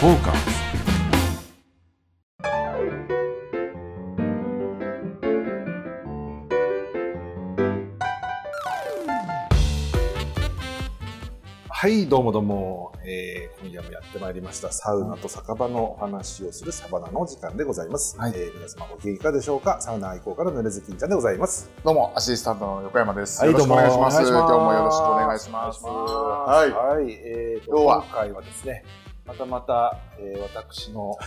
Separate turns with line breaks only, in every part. フォーカスはいどうもどうも、えー、今夜もやってまいりましたサウナと酒場のお話をするサバナのお時間でございます、
はい
えー皆様お元気いかがでしょうかサウナ愛好家のぬれずきんちゃんでございます
どうも、アシスタントの横山です。
はい
よろしくお願いします。
どうも
今日もよろしくお願いします。は
はい、えーと、
今日は。
今回はですね、またまた、えー私の好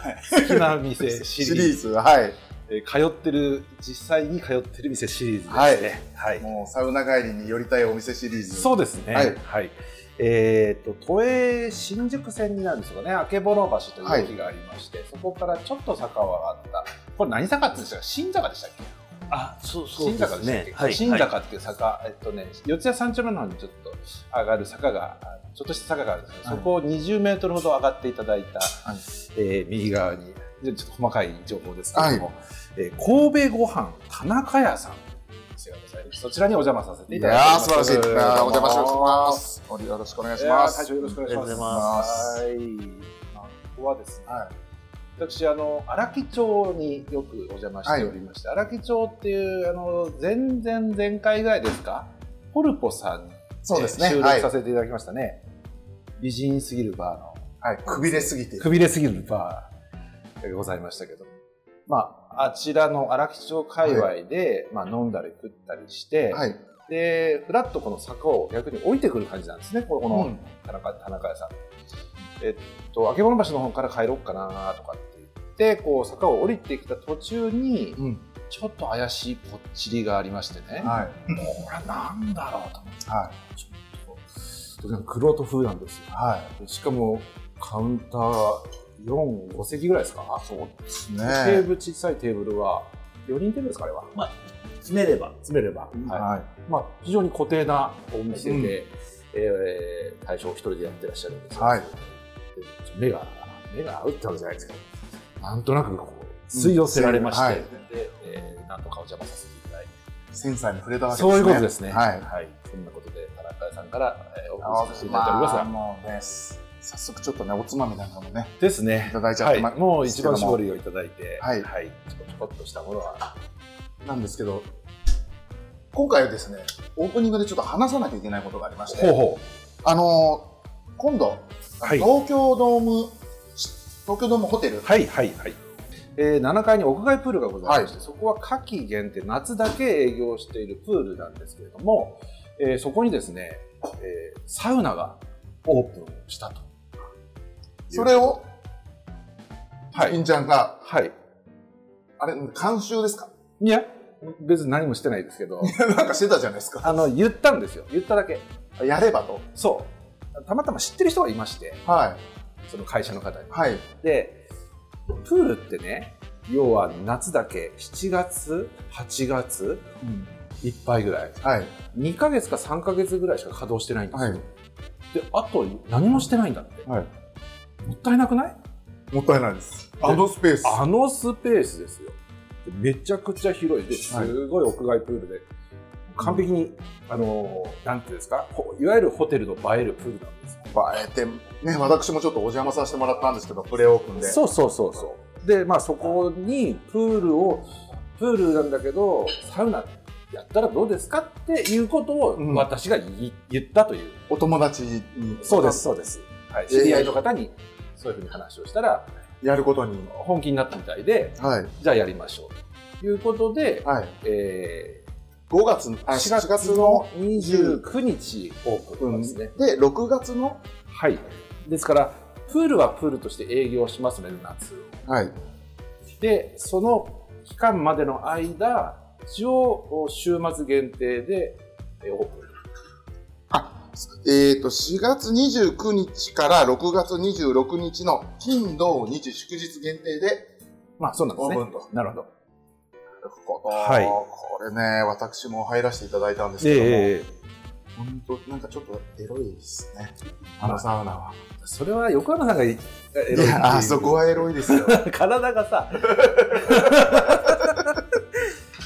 きない店シリ
シ
ーズ
リーズ、はい。
えー通ってる、実際に通ってる店シリーズですね。はい。
もうサウナ帰りに寄りたいお店シリーズ。
そうですね。
はい
えっ、と、都営新宿線になるんですかね、明けぼろ橋という駅がありまして、そこからちょっと坂はあった。これ何坂って言うんですか新坂でしたっけ
あ、そうそう
新
で
坂ですしたっけ、
ね。はい、
新
はい
坂っていう坂、えっとね、四谷三丁目の方にちょっと上がる坂が、あちょっとした坂があるんですけど、
はい
そこを20メートルほど上がっていただいた、
い
えー右側に、ちょっと細かい情報ですけれども、えー神戸ご飯田中屋さんというお店がございます。そちらにお邪魔させて
い
いただきま
やー、
す。
素晴らしい。いやーお邪魔し
どうも
ます。よろしくお願いし
いや
ま
ー
す。
大将よろしくお願いします。
あ
はい。まあここはですね、
は
私あの荒木町によくお邪魔しておりまして、荒木町っていうあの前々前回ぐらいですか、ポルポさんに
そうですね。
収
は
録
い
さ。せていただきましたね。美人すぎるバーの
はいくびれすぎて。
くびれすぎるバーがございましたけど、まああちらの荒木町界隈で、まあ飲んだり食ったりして、
はい。
でフラッとこの坂を逆に降りてくる感じなんですね。このこの、
うん
田中田中屋さん。えっと、明けぼの橋の方から帰ろうかなとかって言って、こう、坂を降りてきた途中に、
うん。
ちょっと怪しいぽっちりがありましてね。
はい。
これなんだろうと思って。
は
ちょっと、とてもくろと風なんですよ。。
はい
しかも、カウンター4、5席ぐらいですかあ、そう。
い。
テ
ね
ーブル、小さいテーブルは、4人テーブルですかあれは。
詰めれば。
詰めれば。
え
はい。
はい。
まあ、非常に固定なお店で、えー大将一人でやってらっしゃるんですけど、
はい
で目が目が合うってわけじゃないですけどなんとなくこう吸い寄せられまして、
はい
でえーなんとかお邪魔させていただいて、
センサーに触れたわけです
そ
ね。
ういうことですね
はい。
そんなことで田中さんから、えー、お
あ
送りさせていただいております
ま
が、
あ、もうね、早速ちょっとね、おつまみなんかもね、
です
い
ね
ただいちゃっ
は
てま
い、もう一番絞りをいただいて、
はい
ちょこちょこっとしたものは、
なんですけど、今回はですね、オープニングでちょっと話さなきゃいけないことがありまして、
ほ
あのー今度、
はい
東京ドーム、東京ドームホテル、
はいはいはい。えー、7階に屋外プールがございまして、そこは夏季限定、夏だけ営業しているプールなんですけれども、えーそこにですね、えーサウナがオープンしたと。
それを、
は
イ
い。
ンちゃんが、
はい。
あれ、監修ですか
いや、別に何もしてないですけ ど、
なんかしてたじゃないですか。
あの、言ったんですよ。言っただけ。
やればと。
そう。たまたま知ってる人がいまして、
は
その会社の方に
い。。はい。
で、プールってね、要は夏だけ、7月、8月いっぱいぐらい。
はい。
2ヶ月か3ヶ月ぐらいしか稼働してないんですよ、
はい
であと何もしてないんだって、
はい
もったいなくない
もったいないです。アドスペース。
あのスペースですよでめちゃくちゃ広いで
はい
すごい屋外プールで、完璧にあのーなんていうんですかほいわゆるホテルの映えるプールなんですよ
あえて、ね、私もちょっとお邪魔させてもらったんですけど、プレオープンで。
そうそうそうそうでまあそこにプールをプールなんだけどサウナやったらどうですかっていうこと
う
を
ん
私が言い言ったという
お友達に、
そうです、。そうです。はい、知り合いの方に、そういうふうに話をしたら、
やることに。
本気になったみたいで、
はい。
じゃあやりましょう。ということで、
はい。
え
5月の、
ー、
あ
4
4
月
月
の
の
29日オープンですね。
で、6月の、
はい。ですから、プールはプールとして営業しますので、夏。
はい、
で、その期間までの間、一応、週末限定で、えーオープン。
えっ、と、4月29日から6月26日の金、土、日、祝日限定で、
まあ、そうなんですね
オープン。
なるほど。
この
はい
これね、私も入らせていただいたんですけども、
え
本当なんかちょっとエロいですね。あのサウナは。
えそれは横山さんがエロいって
い
いう
や、あそこはエロいです よ。
体がさ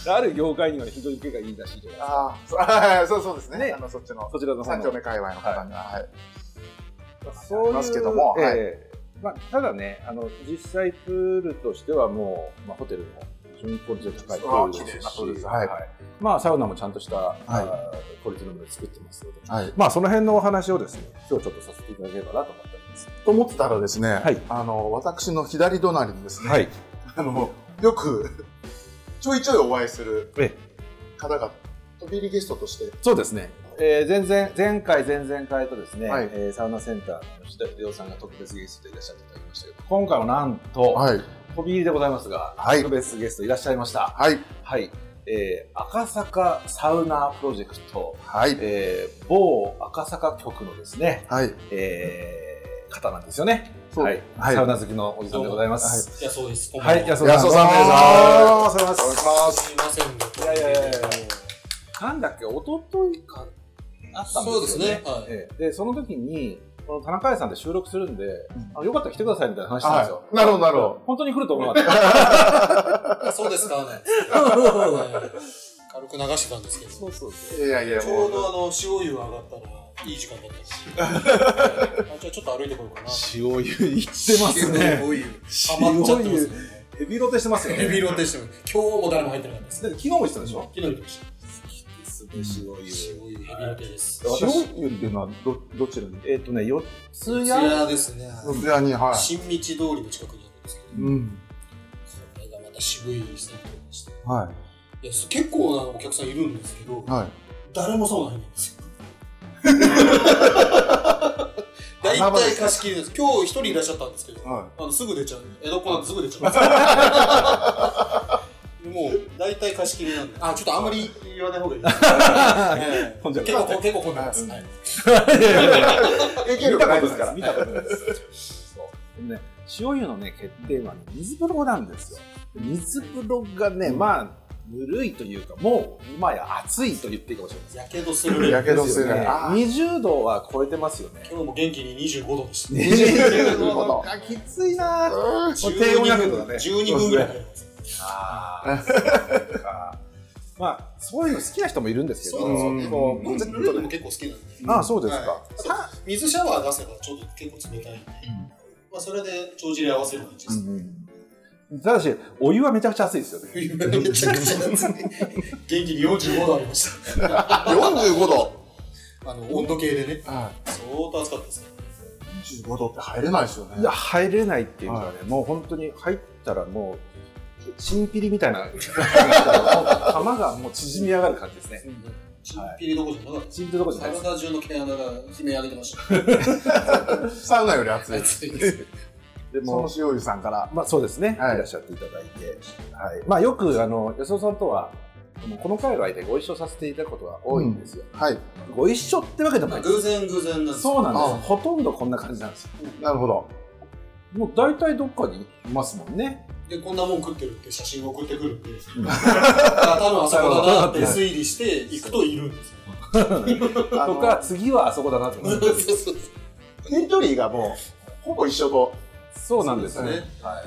ある業界には非常に受けがいいらしいじゃないですか
あーそうあー、そうそうですね。
ね
あの、そっちの、
そちらの方
三
の
丁目界隈の方には、はい。
そういう
ありますけども
ええ
はい
まあ、ただね、あの、実際プールとしてはもう、まあ、ホテルの準コンテ高いプールです
あ綺麗なプールで
し、
すはい
まあ、サウナもちゃんとした、あークオリティのもので作ってますので、まあ、その辺のお話をですね、今日ちょっとさせていただければなと思っております。
と思ってたらですね、
はい
あの、私の左隣にですね、
はい。
あの、よく、 ちょいちょいお会いする
え
方が、飛び入りゲストとして、
そうですね。えー、前々前回、前々回とですね、
はい
えーサウナセンターの吉田秀夫さんが特別ゲストでいらっしゃっていただきましたけど、今回はなんと、
い、
飛び入りでございますが、
はい
特別ゲストいらっしゃいました。
はい、
はい。えー、赤坂サウナプロジェクト、
はい、
えー、某赤坂局のですね、
はい、
えー、方なんですよね。
そう
はい、
はい
サウナ好きのおじさんでございます。
いや、そうです。こんば
は
ん
い、
は
安
野
田さ
草
ん。
さんです
あーおはようございます。
すいませんね。
いやいやいやいやなんだっけ、一昨日か、あったんですよね。
そうですね。はい。
ええで、その時に、この田中屋さんで収録するんで、あよかったら来てくださいみたいな話したんですよ。
はいなるほどなるほど
本当に来ると思わなかった。
あそうですか、なんですけどはい軽く流してたんですけど、ちょ
うそう
いやいや、も
う
う、
どあの、塩湯上がったら、いい時間だったし。 あじゃあちょっと歩いてこようかな。
塩湯いってますね。
塩湯。ハマっちゃってますね。
エビロテしてますよね。
ヘビ
だ
ロテーション。今日も誰も入ってなかったです。
って昨日も言ってたでしょ
昨日行ってました。
塩湯。
塩湯、ヘビロテです。
私
塩湯っていうのはど、どちらに
えっ、とね、四
ツ
つ
ヤ
や
ですね。
どちらに、は
新道通りの近くにあるんですけど、
い。うん。
これがまた渋いスタイルでした。
はい
やす結構なお客さんいるんですけど
い。、はい。
誰もそうなんです よ。大体貸し切りです。今日一人いらっしゃったんですけど、
は
あのすぐ出ちゃう。江戸っ子なんてすぐ出ちゃ うんですよ。もう大体貸し切りなんで。あ、ちょっとあんまり言わない方がいいです。ええ
混んじゃう
結構、結構混んでます。はい
い。影響
見
力
た
ない
こ
で
と
す
ないで
から
す。。見たことないです。そう。ね、塩湯のね、欠点はね、水風呂なんですよ。水風呂がね、まあ、ぬるいというか、もう、今や暑いと言っていいかもしれません。
やけどするね。
やけどする
ですよね
あー
20度は超えてますよね。
今日も元気に25度で した。
20度
あきついなぁ。
12
低温やけどだ
分、
ね
12分ぐらい入ります。
あーそうかまあ、そういうの好きな人もいるんですけど、
そう
そうそう
こ
僕、ぬるいのも結構好きなんで。
うああ、そうですか。
はいさ水シャワー出せばちょっと結構冷たいんで、まあ、それで帳尻合わせる感じです、
うんただし、お湯はめちゃくちゃ暑いですよね。
めちゃくちゃ暑い元気に45度ありまし
45度。
たあの温度計でね
は
相当暑かったですね
い。45度って入れないですよね
いや入れないっていうかね、もう本当に入ったらもう、チンピリみたいな、玉がもう縮み上がる感じですね。
チンピリどころじゃなかったです
チンってとこじゃないです。
体中の毛穴が悲鳴上げてました
サウナより暑い。
暑いです
で
その
も、
塩湯さんから。
まあそうですね、
はい
い、らっしゃっていただいて、はい、まあよく、あの、安尾さんとは、この界隈でご一緒させていただくことが多いんですよ。
はい。
ご一緒ってわけでもないです
偶然偶然なんです
そうなんです
ああ
ほとんどこんな感じなんですよ
なるほど。
もう大体どっかにいますもんね
でこんなもん食ってるって写真を送ってくるんで、 あ多分あそこだなって推理して行くといるんですよ
と
とか、次はあそこだなと思って
テリトリーがもう、ほぼ一緒と。
そうなんです
そう
ね
です
は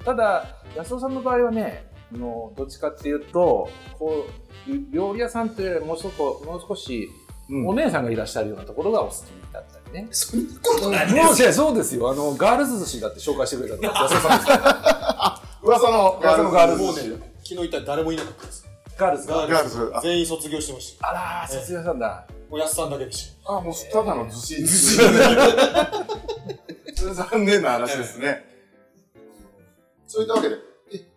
い、ただ安尾さんの場合はねあのどっちかっていうとこう料理屋さんってもう少しもう少し
うん
お姉さんがいらっしゃるようなところがお好きだったりね、
そんなことない
もうじゃあそうですよあのガールズ寿司だって紹介してくれたの安尾さんですよ
噂のガールズ。
もうね、昨日行ったら誰もいなかったです。
ガールズが
ガ
ガー
ー
ル
ル
ズ
ズ。
あ
全員卒業してました。
あらー卒業したんだ
おやすさんだけでし
あ、もうただのずし。残念な話ですね。そういったわけで、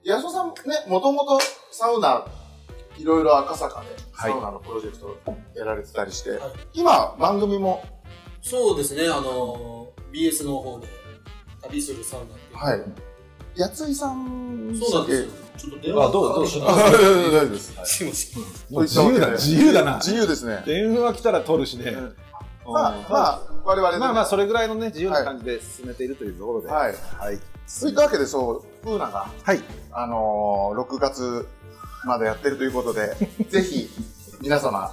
え、八代さんね、もともとサウナ、いろいろ赤坂で、サ
はい
ウナのプロジェクトやられてたりして、
はい
今、番組も、
た。そうですね、あの、BS の方で、旅するサウナって
はい。やついさんで
い
し
う。
たっけ、
そうなんですよ。 ちょっと電話
あどうぞどうぞ
あ。
あ
大丈夫です。
すいません。
もう自由だ自由だな
自由ですね。
電話来たら取るしね、
うん
うん
まあ、まあ、我々でね
まあまあそれぐらいのね自由な感じで進めているというところで、い
はい。
はい
そういったわけで、そう、プーナが、
はい
あのー、6月までやってるというこ とで、ぜひ、皆様、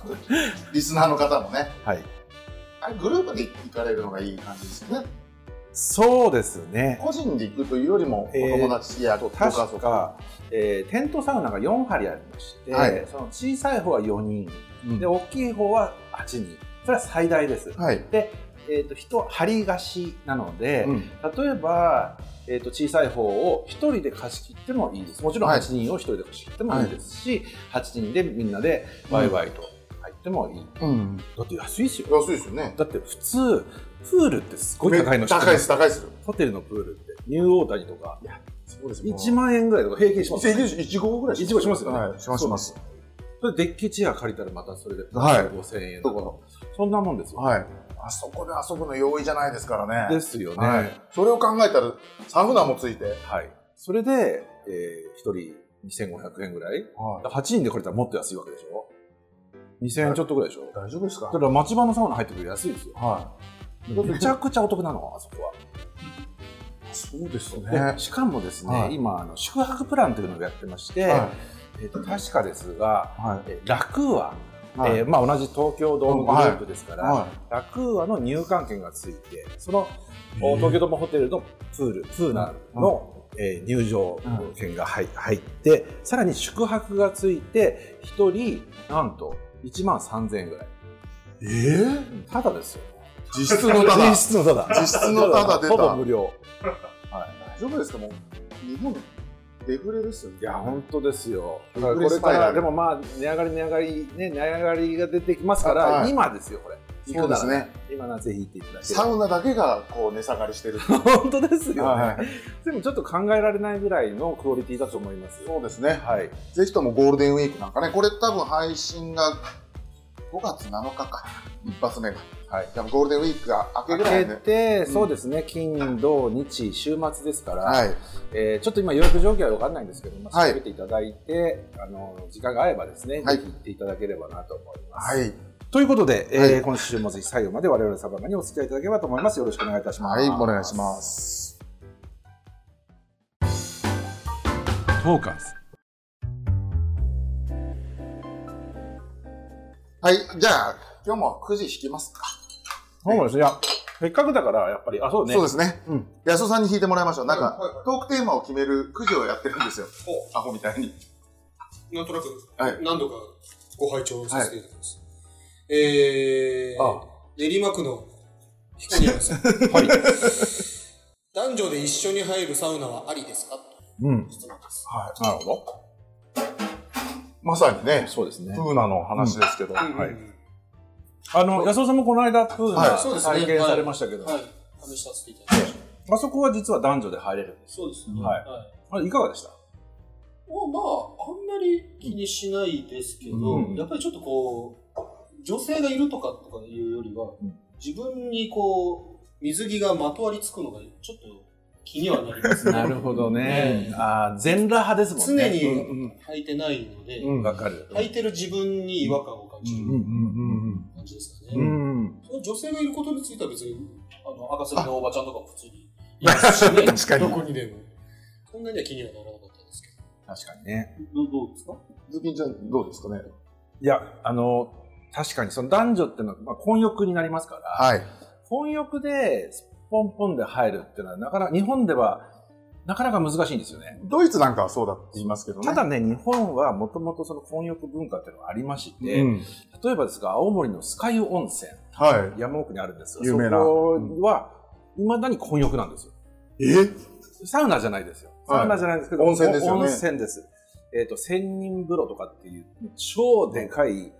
リスナーの方もね、
はい
あれグループで行かれるのがいい感じですよね。
そうですね
個人で行くというよりも、お
えー
友達やご家
確
族。
か、えーテントサウナが4張りありまして、
はい
その小さい方は4人
うん
で大きい方は8人それは最大です、
はい。
で、えー、と人張りがしなので、
うん
例えば、えー、と小さい方を1人で貸し切ってもいいですもちろん
はい
8人を1人で貸し切ってもいいですし、8人でみんなでワイワイと入ってもいい、
うん。
だって安いですよ
安いですよね。
だって普通プールってすごい高いの知ってます
高いです、高いです。
ホテルのプールってニューオータニとか
そうです
1万円ぐらいとか平均します
平均1号ぐらい
一号しますよね
はい、します、します。
それデッキチェア借りたらまたそれで
はい
5000円とか、そんなもんですよ、
はい。あそこで遊ぶの容易じゃないですからね。
ですよねは
はいい、。それを考えたら、サウナもついて。はい。
それで、え1人2500円ぐらい8人で借りたらもっと安いわけでしょ2000円ちょっとぐらいでしょ
大丈夫ですか
だから町場のサウナ入ってくる安いですよ
はい。
めちゃくちゃお得なのあそこは
そうですね。
でしかもですね、
はい
今あの宿泊プランというのをやってまして、
は
えっと確かですが
い。は
え楽は、
い。はい。
えーまあ、同じ東京ドームグループですから、
は
楽和の入館券がついて、そのお東京ドームホテルのプール、プーナルの、えー入場券が入入って、さらに宿泊がついて、1人なんと1万3000円ぐらい。
い。ええ
ただですよ。
実質のただ。
実質のただ。
実質のただ出た
ほぼ無 料。
大丈夫ですかもう、日本、デフレですよね。
いや、本当ですよ。だから
びっく
こ
り
れ
ス
か
パイラル
ら、でもまあ、値上がり値上がり、ね、値上がりが出てきますから、
はい
今ですよ、これ。
そうですね。
今ならぜひ行っていただけれ
サ
ば。
ウナだけが、こう、値下がりしてる。
本当ですよ、ね
はい。
でもちょっと考えられないぐらいのクオリティだと思います。
そうですね。
はい。
ぜひともゴールデンウィークなんかね、これ多分配信が5月7日か、一発目が。
はい。
多分ゴールデンウィークが明けぐらい
開
で
け。て、
うん
そうですね、金、土、日、週末ですから、
はい。
えーちょっと今予約状況は分かんないんですけど、まあ、
はい
調べていただいて、あの、時間が合えばですね、
はい
ぜひ行っていただければなと思います。
はい。
ということで、えー
はい
今週もぜひ最後まで我々様にお付き合いいただければと思います。よろしくお願いいたします。
はい、お願いしま。す。
トーカーズ。
はい、じゃあ、今日も9時引きますか。
そうですね。いやせっかくだから、やっぱり、あ、そうね。
そうですね。
うん
安尾さんに引いてもらいましょう。なん
はいはい
か、トークテーマを決める9時をやってるんですよ。
ほ
アホみたいに。
うなんとなく
はい。
何度かご拝聴させていただきます。えー、
あ
練馬区の彦宮さん。
はい。
男女で一緒に入るサウナはありですか
うん。
質問です。
はい。
なるほど。
まさにね、
そうですね。
プーナの話ですけど。
うんうん
はい
うん
あの、安尾さんもこの間、プー
は
ナ
い
そうですね
体験されましたけど、
はい。試させていただきました。
あそこは実は男女で入れる。
そうです
ね
はい。
はい
あれいかがでした
まあまあ、あんまり気にしないですけど、
うん
やっぱりちょっとこう、女性がいるとかとかいうよりは、
うん
自分にこう、水着がまとわりつくのがちょっと気にはなります ね。
なるほどね。
ね
ああ、全裸派ですもんね。
常に
うん
履いてないので、
うん、わかる。
履いてる自分に違和感を感じる
うんうん
感じですかね。
うんうん。うん。
その女性がいることについては別に、あの、赤崎のおばちゃんとかも普通にいます しね。
確かに
どこにでも。そんなには気にはならなかったですけ
確かにね。
ど。どどうですか
ズキンちゃん、どうですかね。
いや、あの、確かにその男女ってのは、まあ、混浴になりますから、
はい。
混浴で、ポンポンで入るっていうのは、なかなか、日本では、なかなか難しいんですよね。
ドイツなんかはそうだって言いますけどね。
ただね、日本はもともとその混浴文化っていうのがありまして、
うん、
例えばですが、青森の酸ヶ湯温泉、
は
山奥にあるんですが、
有名な
そこは、未だに混浴なんですよ。
い。え
サウナじゃないですよ。
はい
サウナじゃないんですけど、
温泉ですよね
温泉です。えっ、と、千人風呂とかっていう、超でかい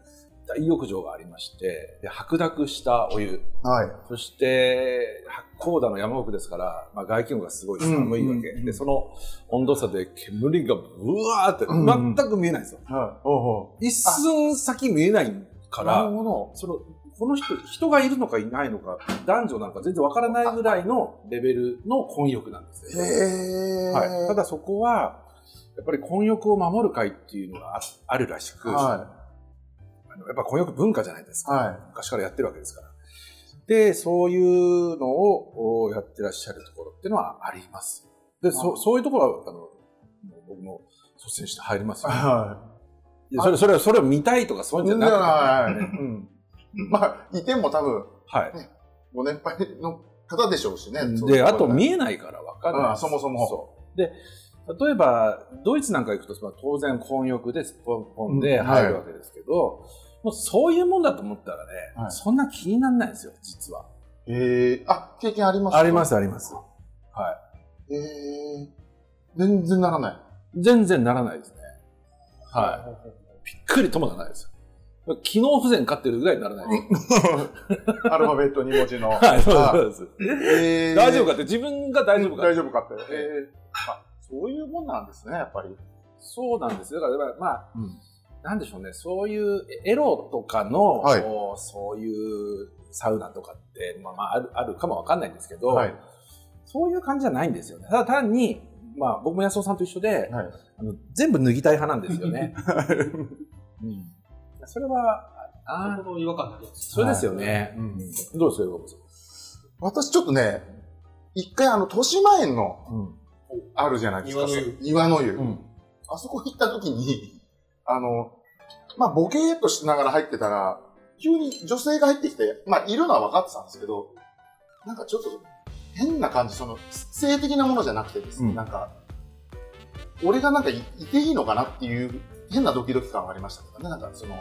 大浴場がありまして、で白濁したお湯、
はい。
そして、八甲田の山奥ですから、まあ、外気温がすごい寒いわけ。
うんうんうん
で、その温度差で煙がブワーって、
うんうん
全く見えないんですよ。
はい。おうお
一寸先見えないから、
なるほど
その、この人、人がいるのかいないのか、男女なのか全然わからないぐらいのレベルの混浴なんです
へ
ね。
え。
はい、ただそこは、やっぱり混浴を守る会っていうのがああるらしく、
は
あのやっぱ混浴文化じゃないです
い。
か、
は
昔からやってるわけですから。で、そういうのをおやってらっしゃるところっていうのはあります。で、そそういうところは、あの、もう僕も率先して入ります
い。
よ、
はい
やそれ、それは、それを見たいとかそういうんじゃなくて、
い。うん。まあ、いても多分、
はい。
ご年配の方でしょうしね。そういう
で、
こ
あ
ね
と見えないから分かんな
あ
い。
そもそも
そう。で、例えば、ドイツなんか行くと、まあ当然、混浴で、ポンポンで
うんはい
入るわけですけど、もうそういうもんだと思ったらね、
はい
そんな気にならないんですよ、実は。
へえー、あ、経験あります。
ありますす、あります。
えー、全然ならない。
全然ならないですね。はい。びっくりともならないですよ。機能不全かってるぐらいにならないです。
アルファベット2文字 の。
はい、そうですそうです。
えー
大丈夫かって、自分が大丈夫かって
大丈夫かって。えーあそういうもんなんですね、やっぱり。
そうなんですよ。だから、まあ、
うん
なんでしょうね、そういうエロとかの、
はい
こうそういうサウナとかって、まあ、まあ、あるあるかもわかんないんですけど、
はい。
そういう感じじゃないんですよね。ただ単に、まあ、僕も安尾さんと一緒で、
はい
あの全部脱ぎたい派なんですよ ね。うん、それは、あ
ここの違和感になります。
それですよね。
う
どう
ん
ですか、岩本さん
私ちょっとね、一回あの、豊島園のあるじゃないですか。
庭の湯
庭の湯。
ん
あそこ行った時に、あの、まあ、ボケーっとしながら入ってたら、急に女性が入ってきて、まあ、いるのは分かってたんですけど、なんかちょっと変な感じ、その、性的なものじゃなくてですね、
うん
なんか、俺がなんかいいていいのかなっていう変なドキドキ感はありましたけどね、なんかその、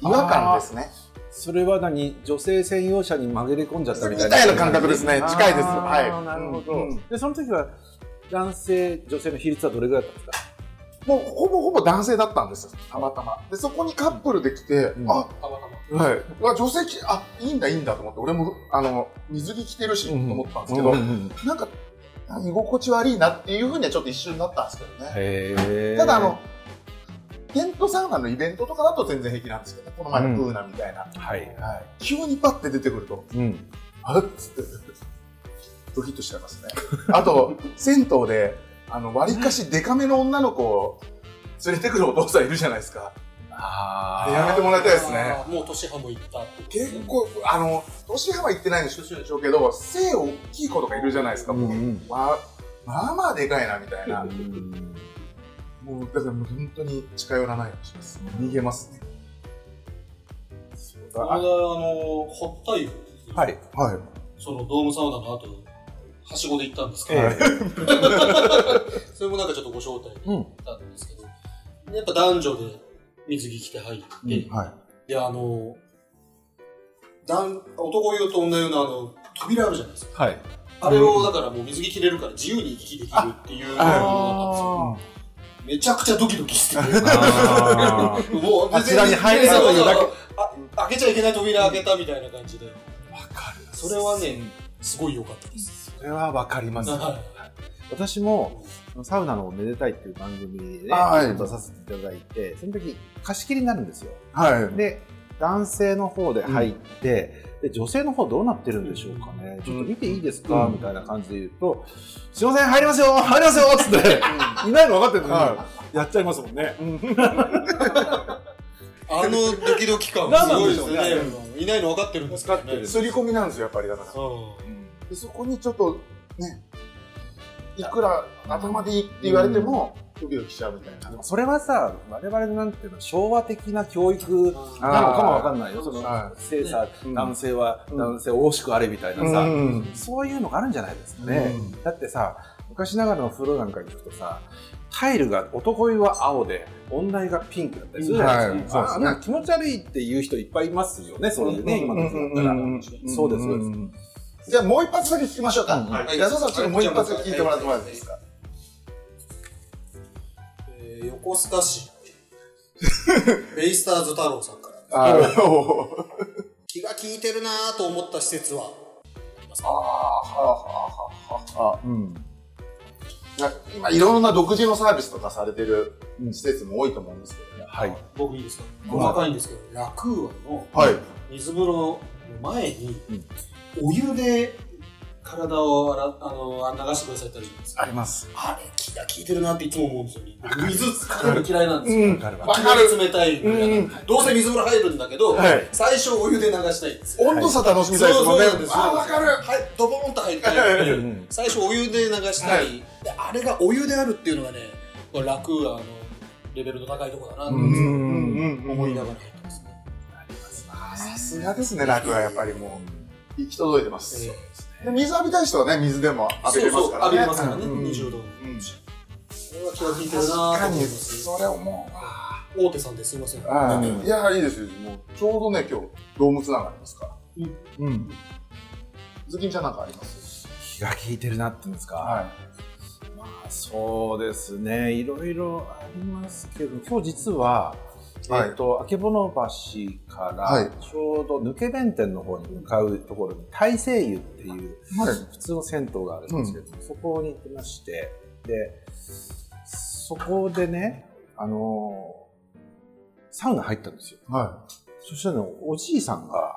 違和感ですね。
それは何女性専用車に紛れ込んじゃったみたいな
みたいな感覚ですね
あー
近いですはい
なるほど、
うん
でその時は男性女性の比率はどれぐらいだったんですか
もうほぼほぼ男性だったんですよ、たまたま。で、そこにカップルで来て、
うん
あ、
たまたま。
はい。うわ女性着、あ、いいんだ、いいんだと思って、俺も、あの、水着着てるし、と思ったんですけど、なんか、あ居心地悪いなっていうふうにはちょっと一瞬なったんですけどね。
へえ
ただ、あの、テントサウナのイベントとかだと全然平気なんですけどね、この前のプーナみたいな。
はい、
はい。急にパッて出てくると、
うん、
あっつって、ドキッとしちゃいますね。あと、銭湯で、あの、割かしデカめの女の子を連れてくるお父さんいるじゃないですか。
あ
あれやめてもらいたいですね。
あー。もう年派もいったってことです
結
ね。
構、あの、年幅いってないんでしょでしょうけど、背大きい子とかいるじゃないですか、
う
も
ん
う。
うん
まあ、まあまあでかいな、みたいな
う。ん
もう、だからもう本当に近寄らないようにします。逃げますね。
この間、あの、ホッタ湯、
はい
はい。
そのドームサウナの後、はしごで行ったんですけど、
え
それもなんかちょっとご招待い
うん
ただいたんですけど、やっぱ男女で水着着て入って、
うん
はい。
で、あの、男男湯と女湯のあの、扉あるじゃないですか。
はい
あれをだからもう水着着れるから自由に行き来できるっていうのがあったん
あ
ですよ。めちゃくちゃドキドキして
あ
て。もう
あちらに入れたというだけ
あ開けちゃいけない扉開けたみたいな感じで、
かる
それはねすごい良かったです。
それはわかります
は
私もサウナのおめでたいっていう番組で
はい
出させていただいてその時貸し切りになるんですよ
はい。
で男性の方で入って、で女性の方どうなってるんでしょうかね、ちょっと見ていいですか、
うん
みたいな感じで言うと「すいません入りますよ 入りますよ」っつっていないの分かってるのに、
は
やっちゃいますもんね
あのドキドキ感
何
す
なん
ご
で
い
し
で
ょう
す
ね
ね。いないの分かってるんですかね。
すり込みなんですよ、やっぱりだから。
う
でそこにちょっと、ね、いくら頭でいいって言われても、ドキドキしちゃうみたいな。
それはさ我々なんていうの昭和的な教育
ん
なのかも分かんないよその
は
性差、
うん
男性は
うん
男性惜しくあれみたいなさ、
うん
そういうのがあるんじゃないですかね、だってさ昔ながらの風呂なんかに行くとさタイルが男湯は青で女湯がピンクだったりするじゃないですか、
はいそうです
あ
ね
なんか気持ち悪いっていう人いっぱいいますよねそういうね、今の時代だったら、
うん
そうですそうです、
じゃあもう一発だけ聞きましょうか。
うん
はい。安田さん、ちょっともう一発だけ聞いてもらってもらっていいですか。
えー横須賀市ベイスターズ太郎さんから
あー
気が利いてるなぁと思った施設はありますか
あー、はあ、はあ、はあ。
うん
今、いろんな独自のサービスとかされてる施設も多いと思うんですけどね。
はい
僕いいですか細かいんですけど、ラクーアの
はい。
水風呂の前に
うん、
お湯で体を洗あの流してくださいってあるじゃないですか。
ります。
あれ、気が利いてるなっていつも思うんですよね。水かかるの嫌いなんですよ。
う
わ
ん。
かるわ
わかる冷たいの嫌な。
うん
どうせ水風呂入るんだけど
はい、
最初お湯で流したいんですよ。
温度差楽し
そう
みたいですも
そ
ん
う
ね。
なんですよ。
あー、わかる。
はい、ドボーンと入って
はい
うん
最初お湯で流した。
はい
であれがお湯であるっていうのがね、これ楽あのレベルの高いところだなと
うん
思いながら入ってますね。
あーさすがですね、楽はやっぱりもう、行き届いてます。
え
で水浴びたい人はね、水でも浴びれますからね。
そうそう浴びれますからね、
うん
20度。
うん
それは気が利いてる
確
なぁと
か
思い
に、
ます。
それ思うわ。
大手さんですいません。
あ
うん
いや、いいですよ。もう、ちょうどね、今日、ドームつながりますから。
うん
ズキンちゃんなんかあります
気が利いてるなって言うんですか。
はい。
まあ、そうですね、いろいろありますけど、今日実は、
はい
えっと、曙橋か
はい
ら、ちょうど抜け弁天の方に向かうところに、大聖湯っていう、
はい。
普通の銭湯があるんですけど、そこに行ってまして、で、そこでね、あのーサウナ入ったんですよ。
は
そしたらね、おじいさんが、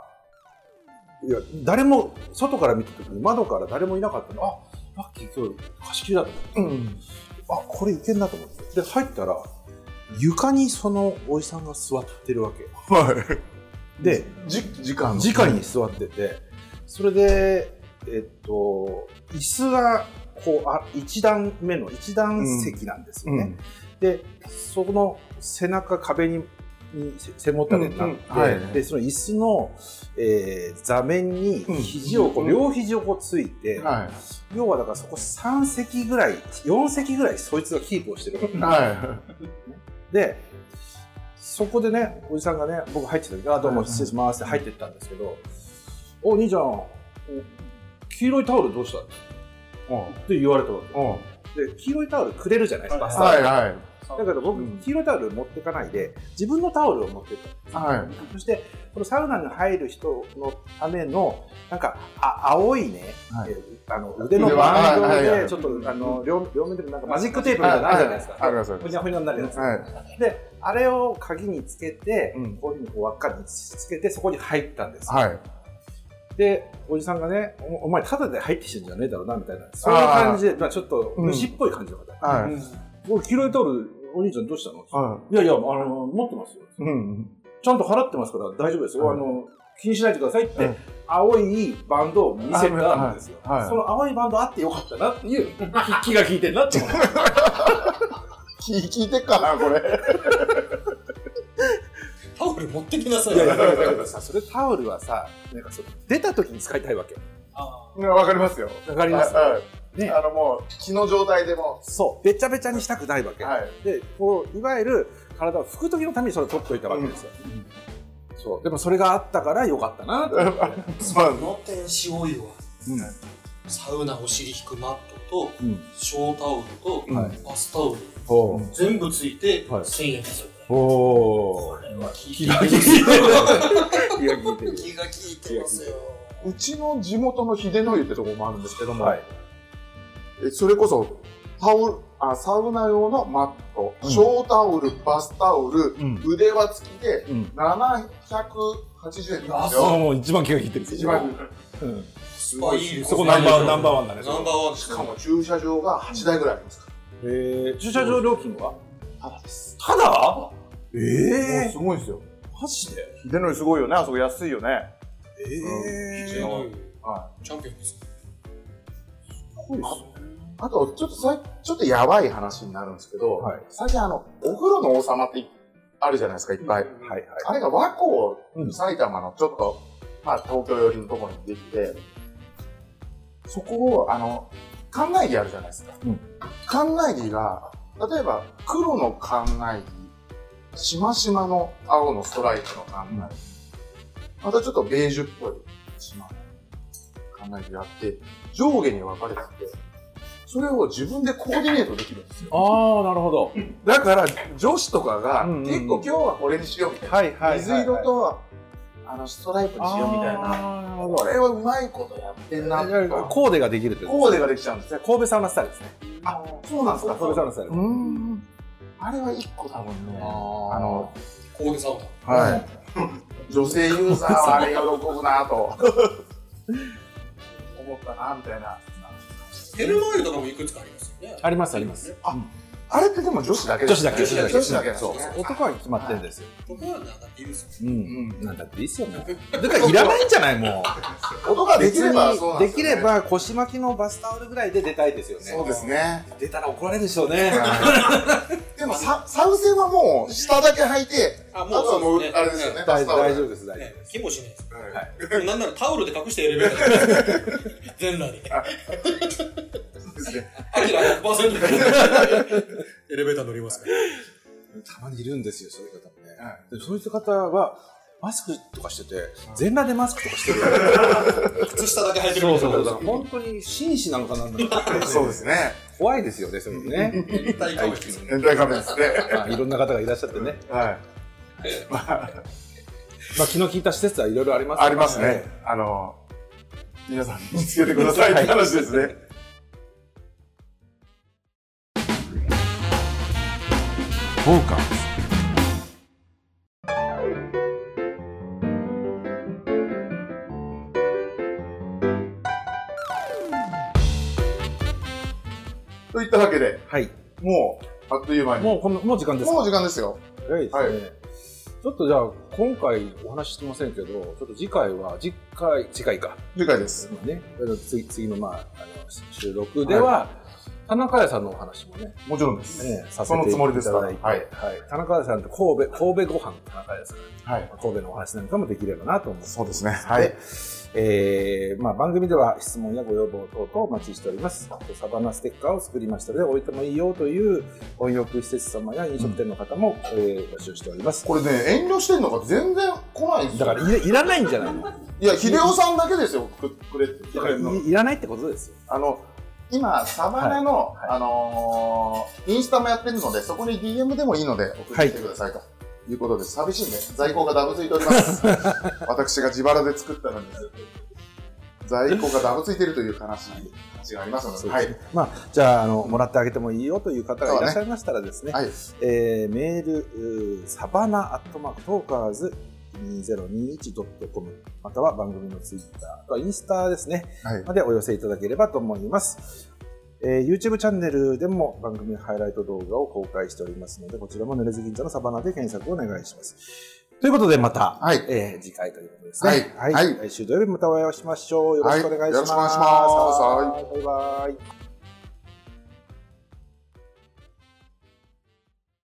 いや、誰も、外から見た時に窓から誰もいなかったの。あ、ラッキー今日貸し切りだと思って。
い。うん。
あこれいけんなと思ってで入ったら床にそのおじさんが座ってるわけ
は
で
い。じ、時間。
直に座っててそれでえっと椅子がこうあ1段目の1段席なんですよ
う
ね、
ん。
でそこの背中壁ににせ背もたれになって、
うんうんはい
でその椅子の、えー座面に
うん
肘をこう、
うん
両肘をこうついて、
は
要はだからそこ3席ぐらい4席ぐらいそいつがキープをしてるわけ
い。は
でそこでねおじさんがね僕入ってた時「あどう
う
も
ん
失礼します」って入ってったんですけど「お兄ちゃんお黄色いタオルどうした?」って
い。うん。
言われたわ
うん。
けで黄色いタオルくれるじゃないですか、バ
はい
スタオル
はいはい。
だけど僕、
うん
黄色いタオル持ってかないで自分のタオルを持ってったんですよ
はい。
そしてこのサウナに入る人のためのなんかあ青いね、
はい
えーあの腕の
腕は
バンド
はいはいは
で
い
ちょっとあの両両面でなんかマジックテープみたいなのあるじゃないですか、
ありがとう
ふ
ござい
にゃふにゃになるやつ、
ます。はい。
であれを鍵につけて、
うん
こういうふうにこう輪っかにつけてそこに入ったんですよ、
はい。
でおじさんがねおお前タダで入ってきてんじゃねえだろうなみたいなそういう感じでまあ、ちょっと
うん
虫っぽい感じの方、
は
う
い。
ん
俺黄色いタオルお兄ちゃんどうしたの、、
はい
やいやあの持ってますよ
い。うん。
ちゃんと払ってますから大丈夫ですよ、
はい
あの気にしないでくださいって、
うん
青いバンドを見せたんですよ、
はいはい
その青いバンドあってよかったなっていうき気が利いてるなって思って
聞聞いてっかな、これ。
タオル持ってきなさい
いやいや
よ。
だからだからさそれタオルはさなんかそう出た時に使いたいわけ
あ
わかりますよ。
わか
あ
ります、
はい。
ね
あの、もう、気の状態でも。
そう、べちゃべちゃにしたくないわけ。
はい。
で、こう、いわゆる体を拭く時のためにそれを取っといたわけですよ。そう、でもそれがあったから良かったなと。
すま
ー
ん。
この点しおいは、サウナお尻引くマットと、
うん。
小タオルと、
うん。はい。
バスタオル、
おー
全部ついて、
はい
1000円ですよ。
お
こ
ー
れは気
気
が
が
利
利
い
い
て
てる
ますよ。
気が利いてる。
気が利いてますよ。
うちの地元の秀の湯ってとこもあるんですけども、
はい。
えそれこそ、タオル、あ、サウナ用のマット、
うん
小タオル、バスタオル、
うん。
腕輪付きで
うん。
780円なんです
あ
よ。
もう一番気が利いてる。
一番、
うん。
す
あ、いいです
そこナンバー、ナンバーワンだね。
ナンバーワン
しかも駐車場が8台ぐらいありますか
えー、駐車場料金は
ら。ただです。
ただえ
もう
え
すごいですよ。
マジで
秀の湯すごいよね、あそこ安いよね。
え
チ
ー。
は
ャンピオンです。
すごいっすね
い。あと、ちょっとさい、ちょっとやばい話になるんですけど、
はい
最近あの、お風呂の王様ってあるじゃないですか、いっぱい。
はいはい。
あれが和
う
光、
ん
埼玉のちょっと、まあ東京寄りのところにできて、そこを、あの、館内着あるじゃないですか。
うん
館内着が、例えば黒の館内着、しましまの青のストライプの館内着、またちょっとベージュっぽいしまの館内着があって、上下に分かれてて、それを自分でコーディネートできるんですよ。
ああ、なるほど。
だから女子とかが、
うんうんうん
結構今日はこれにしようみたいな。
はいはい。
水色とあのストライプにしようみたいな
あー。なるほ
こ
ど。
れはうまいことやってんなと
コーデができるって
コーデが
で
できちゃうんですよ
神戸サウナスタイルですね。
あそうなんですか
神戸サウナスタイル。
うーんあれは一個多分ね
あ
あ
の、
の
コーデサウナ。
はい女性ユーザーはあれ喜ぶなと 思ったなみたいな
ヘルマー湯とかもいくつかありますよね。
ありますあります。
あれってでも女子だけですよね
女子だけ
女子だけ
そ
そうう
男は決まってるんですよ。
僕はなんかいいです
う。
うんん
なんだっていいっすよね。だからいらないんじゃない も
男が
う。
できれば
別に
そうなん
ですき
よ
れ
ね
ば腰巻きのバスタオルぐらいで出たいですよ
そう
ね。
ですね
出たら怒られるでしょうね。
でもさサウセはもう下だけ履いて
よ。あ、
あとはもうあれですよねバ
大
スタオル
大丈夫です大丈
ね
夫です。
気もしないです。
はい
なんならタオルで隠してエレベーター で全裸に。アキラ100%エレベーター乗りますから。
たまにいるんですよそういう方もね
は。
でそういう方はマスクとかしてて、全裸でマスクとかしてるやん。
靴下だけ履いてる
そうそ
みたいうな
そう。 だから本当に紳士なのかなんなのかって。
そうですね。
怖いですよね、それもね。
変態かもしれない
変態仮面ですね。
まあ、いろんな方がいらっしゃってね。
はい。
まあ、気の利いた施設はいろいろありますから
ありますね。。あの、皆さん見つけてくださいって話ですね。フォーカス。といったわけで、
はい。
もう、あっという間に。も
もう、この、もう時間ですか
う時間ですよ。
早いですね。ちょっとじゃあ、今回お話ししてませんけど、ちょっと次回は、次回、次回か。
次回です。
ね、次次の、まあ、あの収録では、田中屋さんのお話もね、
もちろんです。
ねさせ
その
てい
つもりです
た
か
だ
ら。
いて、
はい。
田中屋さんって神戸、神戸ご飯田中屋さん、
はい。
神戸のお話なんかもできればなと思って
そうですね。はい。
えーまあ、番組では質問やご要望等々お待ちしております。サバナステッカーを作りましたので、置いてもいいよという温浴施設様や飲食店の方も、えー募集しております。
これね、遠慮してんのか全然来ないんです
だ
よ。
からいら、いらないんじゃないのだ
いや、秀夫さんだけですよ、くくれって。
からいいらないってことですよ。
あの、今、サバネの、あのーインスタもやってるので、そこに DM でもいいので、送ってきてくださいと。い、うことで、寂しいんで、在庫がダブついてお ります。私が自腹で作ったのに、在庫がダブついてるという悲しい話がありますので、
そう
は
で
い
すね。まあ、じゃああの、もらってあげてもいいよという方がいらっしゃいましたらですね、
はい。
えーメールうー、サバナアットマークトーカーズ 2021.com または番組のツイッター、あとはインスタですね、
はい。
までお寄せいただければと思います。えー YouTube チャンネルでも番組ハイライト動画を公開しておりますので、こちらも濡れず銀座のサバナで検索お願いします。ということで、また、
はい。
えー次回ということですね。
はいはい
来週土曜日またお会いしましょう。よろしくお願いします。
はいよろしくお願いしま
はい
す
バイバイ。